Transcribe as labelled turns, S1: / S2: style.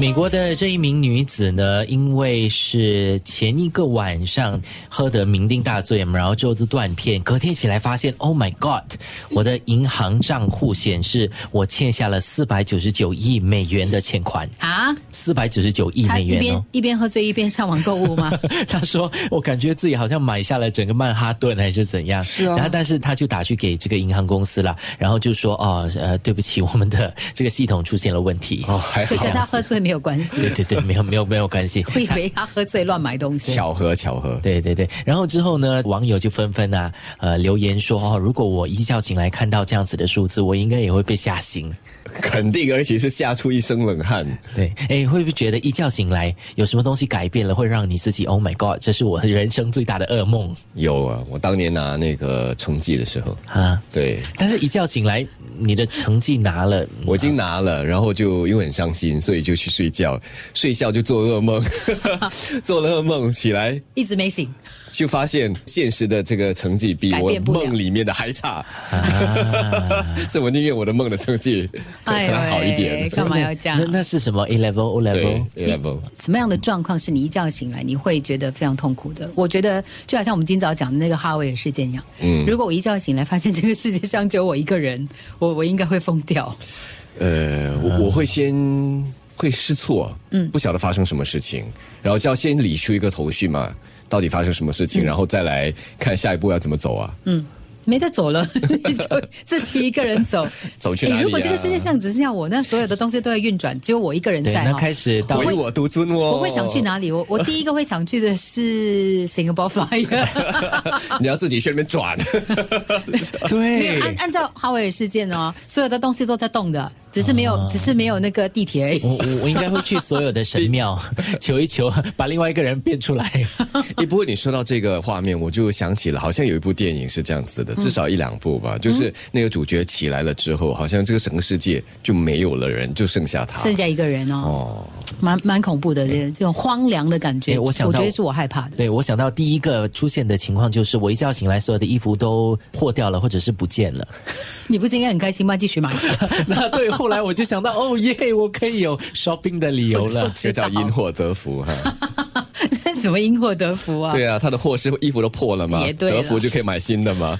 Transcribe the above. S1: 美国的这一名女子呢，因为是前一个晚上喝得酩酊大醉嘛，然后之后就断片，隔天起来发现，Oh my God，我的银行账户显示我欠下了四百九十九亿美元的欠款，
S2: 啊，
S1: 四百九十九亿
S2: 他
S1: 美
S2: 一
S1: 元
S2: 边
S1: 哦。
S2: 一边喝醉一边上网购物吗？
S1: 他说：“我感觉自己好像买下了整个曼哈顿，还是怎样？
S2: 是哦
S1: 然后，但是他就打去给这个银行公司了，然后就说：哦，呃，对不起，我们的这个系统出现了问题。
S3: 哦，还
S2: 所以
S3: 好，
S2: 跟他喝醉没有关
S1: 对
S2: 系。
S1: 对对，没有没有没有关系。
S2: 我以为他喝醉乱买东西。
S3: 巧合巧合，
S1: 对对对，然后之后呢，网友就纷纷啊，呃，留言说哦，如果我一觉醒来看到这样子的数字，我应该也会被吓醒。
S3: 肯定，而且是吓出一身冷汗。
S1: 对，哎，会不会觉得一觉醒来有什么东西改变了，会让你自己 Oh my God，这是我人生最大的噩梦
S3: 有啊，我当年拿那个成绩的时候，
S1: 啊！
S3: 对
S1: 但是，一觉醒来，你的成绩拿了，
S3: 我已经拿了，然后就因为很伤心，所以就去睡觉，睡觉就做 噩梦，做了噩梦起来
S2: 一直没醒，
S3: 就发现现实的这个成绩比
S2: 改
S3: 我
S2: 变不了
S3: 梦里面的还差， 所以我宁愿我的梦的成绩可
S2: 哎呦
S3: 能好一
S2: 喂
S3: 点。
S2: 干嘛要这样
S1: 那？那是什么 A level O
S3: 对
S1: level？
S3: ，A level
S2: 什么样的状况是你一觉醒来你会觉得非常痛苦的？我觉得就好像我们今早讲的那个哈维尔事件一样，嗯，如果我一觉醒来发现这个世界上只有我一个人，我我应该会疯掉。
S3: 呃，
S2: 嗯
S3: 我我会先会试错，嗯，不晓得发生什么事情，然后就要先理出一个头绪嘛，到底发生什么事
S2: 嗯
S3: 情，然后再来看下一步要怎么走啊。
S2: 没得走了，你就自己一个人走。
S3: 走去
S2: 诶
S3: 哪里啊
S2: 如果这个世界上只剩下我，那所有的东西都在运转，只有我一个人
S1: 对，
S2: 在
S1: 那
S2: 哦。
S1: 开始到
S3: 唯我独尊哦。
S2: 我会想去？哪里？我我第一个会想去的
S1: 哦
S2: 是 Singapore Flyer。
S3: 你要自己去那 边转。
S2: 没有啊
S1: 对
S2: 按按照哈维尔事件哦，所有的东西都在动的，只是没有，
S1: 啊
S2: 只是没有那个地铁而已。
S1: 我我我应该会去所有的神庙 求一求，把另外一个人变出来。
S3: 诶，不过你说到这个画面，我就想起了，好像有一部电影是这样
S2: 嗯
S3: 子的，至少一两部吧，就是那个主角起来了之后，好像这个整个世界就没有了人，就剩下他。
S2: 剩下一个人哦，蛮蛮恐怖的，这这种荒凉的感觉，
S1: 哎哎我想到
S2: 觉得是我害怕的。
S1: 对我想到第一个出现的情况就是，我一觉醒来，所有的衣服都破掉了，或者是不见了。
S2: 你不是应该很开心吗？继续买，
S1: 那对，后来我就想到，哦耶，我可以有 shopping 的理由
S2: 我
S1: 了
S2: 就。
S3: 这叫
S2: 知道
S3: 因祸得福哈。
S2: 这是什么因祸得福啊？
S3: 对啊，他的货是衣服都破了嘛
S2: 也，对了
S3: 德芙就可以买新的嘛。